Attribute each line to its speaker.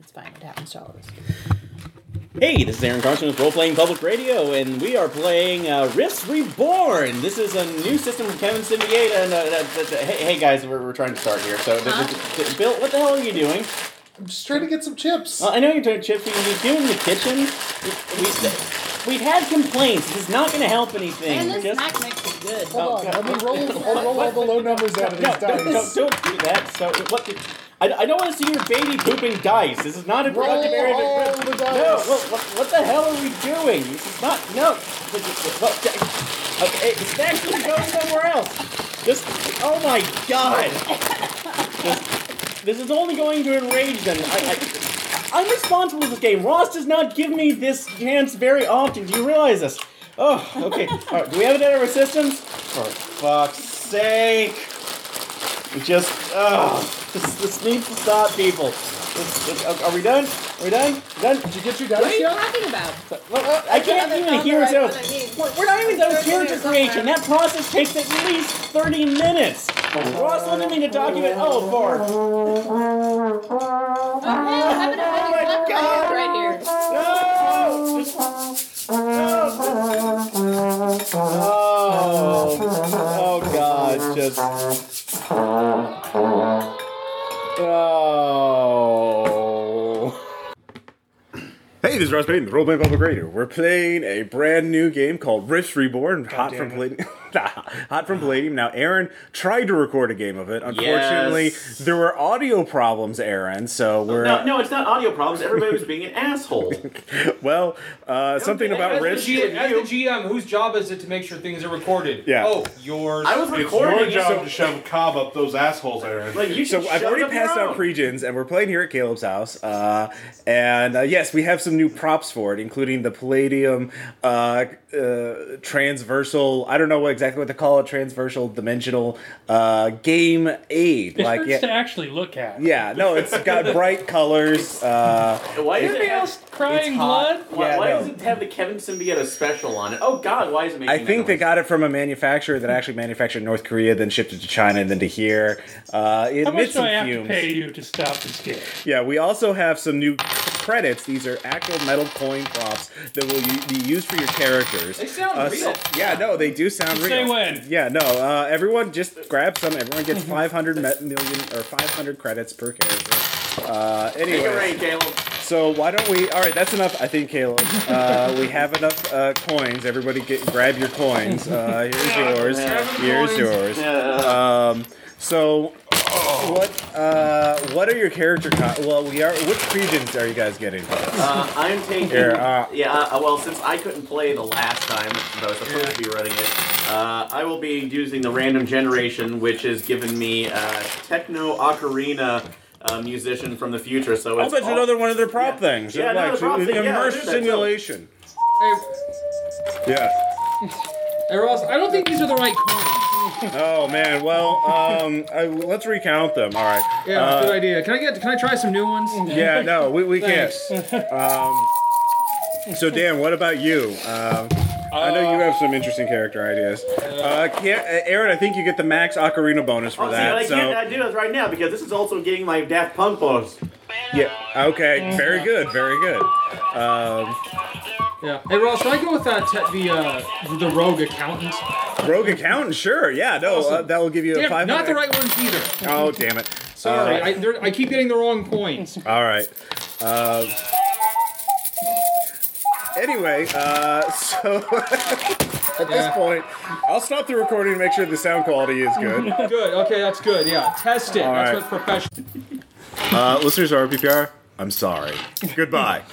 Speaker 1: It's fine. It happens to all of us.
Speaker 2: Hey, this is Aaron Carson with Role Playing Public Radio, and we are playing uh, Risk Reborn. This is a new system from Kevin Symbieta. And, uh, that- that- that- hey, hey, guys, we're, we're trying to start here. So, th-
Speaker 1: Huh?
Speaker 2: th- th- Bill, what the hell are you doing?
Speaker 3: I'm just trying to get some chips.
Speaker 4: Uh,
Speaker 2: Well, I know you're doing chips. but You're doing the kitchen. We, we, we've had complaints. This is not going to help anything.
Speaker 1: And this
Speaker 2: Just-
Speaker 1: snack makes it good.
Speaker 3: Hold on,
Speaker 2: Oh,
Speaker 3: let me roll, I'll roll all the low numbers out of these
Speaker 2: no, don't,
Speaker 3: dice.
Speaker 2: don't, don't do that. So, what? the- I, I don't want to see your baby pooping dice. This is not a
Speaker 3: Roll
Speaker 2: productive area. to-
Speaker 3: all the
Speaker 2: No,
Speaker 3: dice.
Speaker 2: what, what, what the hell are we doing? This is not. No. Okay, it's actually go somewhere else. Just. Oh my god. Just- this is only going to enrage them. I, I, I'm responsible for this game. Ross does not give me this chance very often. Do you realize this? Oh, okay. All right, do we have it in our systems? For fuck's sake. We just, oh, this, this needs to stop, people. This- this- are- are we done? Are we done? Done?
Speaker 3: Did you get your
Speaker 1: What are
Speaker 3: dice
Speaker 1: you
Speaker 3: yet?
Speaker 1: talking about?
Speaker 2: Well, uh, I can't
Speaker 1: haven't
Speaker 2: even
Speaker 1: found
Speaker 2: hear
Speaker 1: the
Speaker 2: it.
Speaker 1: right
Speaker 2: so-
Speaker 1: one I need.
Speaker 2: We're- We're not even done with
Speaker 1: It's right
Speaker 2: character
Speaker 1: here somewhere.
Speaker 2: creation. That process takes at least 30 minutes. Ross wanted me to document Oh, all for.
Speaker 1: Okay, I'm gonna put you
Speaker 2: God.
Speaker 1: Oh right here.
Speaker 2: No! Just- no! Oh, oh God! Just oh.
Speaker 4: Hey, this is Ross Payton, the Role Playing Public Radio. We're playing a brand new game called Rift Reborn, hot from Palladium. hot from Palladium. Now, Aaron tried to record a game of it. Unfortunately,
Speaker 2: Yes.
Speaker 4: there were audio problems, Aaron. So we're
Speaker 2: No, no, it's not audio problems. Everybody was being an asshole.
Speaker 4: well. Uh, something about
Speaker 5: As the,
Speaker 4: Rift.
Speaker 5: G- as the GM, whose job is it to make sure things are recorded?
Speaker 4: Yeah.
Speaker 5: Oh, yours.
Speaker 2: I was
Speaker 6: It's
Speaker 2: recording.
Speaker 6: your
Speaker 2: it,
Speaker 6: job
Speaker 2: so-
Speaker 6: to shove cob up those assholes, Aaron.
Speaker 2: like you should
Speaker 4: So I've
Speaker 2: shove
Speaker 4: already
Speaker 2: up your
Speaker 4: passed
Speaker 2: own.
Speaker 4: out pre-gens, and we're playing here at Caleb's house. Uh, and uh, yes, we have some new props for it, including the Palladium uh, uh, transversal. I don't know what exactly what to call it, transversal dimensional uh, game aid.
Speaker 7: It
Speaker 4: like
Speaker 7: hurts to
Speaker 4: yeah,
Speaker 7: actually look at.
Speaker 4: yeah, no, it's got bright colors. Uh,
Speaker 2: Why does it
Speaker 7: Anybody
Speaker 2: have,
Speaker 7: else crying blood?
Speaker 2: hot? Why,
Speaker 4: Yeah,
Speaker 2: why
Speaker 4: no.
Speaker 2: does it have the Kevin Symbieta special on it? Oh God, why is it making?
Speaker 4: I think
Speaker 2: that
Speaker 4: they got it from a manufacturer that actually manufactured in North Korea, then shipped it to China, and then to here. Uh, it
Speaker 7: How much
Speaker 4: emits
Speaker 7: do I
Speaker 4: some
Speaker 7: have
Speaker 4: fumes.
Speaker 7: to pay you to stop this game?
Speaker 4: Yeah, we also have some new credits. These are actual metal coin props that will u- be used for your characters.
Speaker 5: They sound
Speaker 4: Uh,
Speaker 5: real.
Speaker 4: so- yeah, no, they do sound real.
Speaker 7: Say when.
Speaker 4: Yeah, no. Uh, everyone, just grab some. Everyone gets 500 me- million or 500 credits per character. Uh,
Speaker 2: Take it
Speaker 4: anyway,
Speaker 2: right, Caleb.
Speaker 4: so why don't we? All right, that's enough. I think, Caleb. Uh, we have enough uh, coins. Everybody, get grab your coins. Uh, here's yours. Here's yours. Um, so, what uh, what are your character? Co- well, we are. Which regions are you guys getting?
Speaker 2: Uh, I'm taking.
Speaker 4: Here, uh,
Speaker 2: yeah. Uh, well, since I couldn't play the last time that I was supposed to be running it, uh, I will be using the random generation, which has given me uh, techno ocarina uh, musician from the future. So
Speaker 4: Oh,
Speaker 2: it's
Speaker 4: that's
Speaker 2: all-
Speaker 4: another one of their prop
Speaker 2: Yeah.
Speaker 4: things.
Speaker 2: Yeah, another prop thing. Yeah,
Speaker 4: immersive
Speaker 2: there's that, too.
Speaker 4: simulation.
Speaker 5: Hey,
Speaker 4: Yeah.
Speaker 5: hey, Ross, I don't think these are the right coins.
Speaker 4: Oh man. Well, um, I, let's recount them. All right.
Speaker 5: Yeah,
Speaker 4: Uh,
Speaker 5: good idea. Can I get? Can I try some new ones?
Speaker 4: Yeah, no, we, we can't. Um, so, Dan, what about you? Um, I know you have some interesting character ideas. Uh, can't, uh, Aaron, I think you get the max ocarina bonus for
Speaker 2: Oh, see,
Speaker 4: that.
Speaker 2: I
Speaker 4: so,
Speaker 2: can't do this right now because this is also getting my Daft Punk bonus.
Speaker 4: yeah, okay, very good, very good. Um,
Speaker 5: Yeah. Hey, Ross, should I go with that? Te- the uh, the rogue accountant.
Speaker 4: rogue accountant, sure, yeah, no, uh,
Speaker 5: Awesome.
Speaker 4: that will give you a
Speaker 5: Yeah,
Speaker 4: five.
Speaker 5: not the right ones either.
Speaker 4: Oh, damn it!
Speaker 5: Sorry,
Speaker 4: Uh,
Speaker 5: I, they're- I keep getting the wrong coins.
Speaker 4: All right. Uh, anyway, uh, so at this
Speaker 5: Yeah.
Speaker 4: point, I'll stop the recording to make sure the sound quality is good.
Speaker 5: Good. Okay, that's good. Yeah, test it.
Speaker 4: All
Speaker 5: that's
Speaker 4: right.
Speaker 5: what professional.
Speaker 4: Uh, listeners of RPPR, I'm sorry. Goodbye.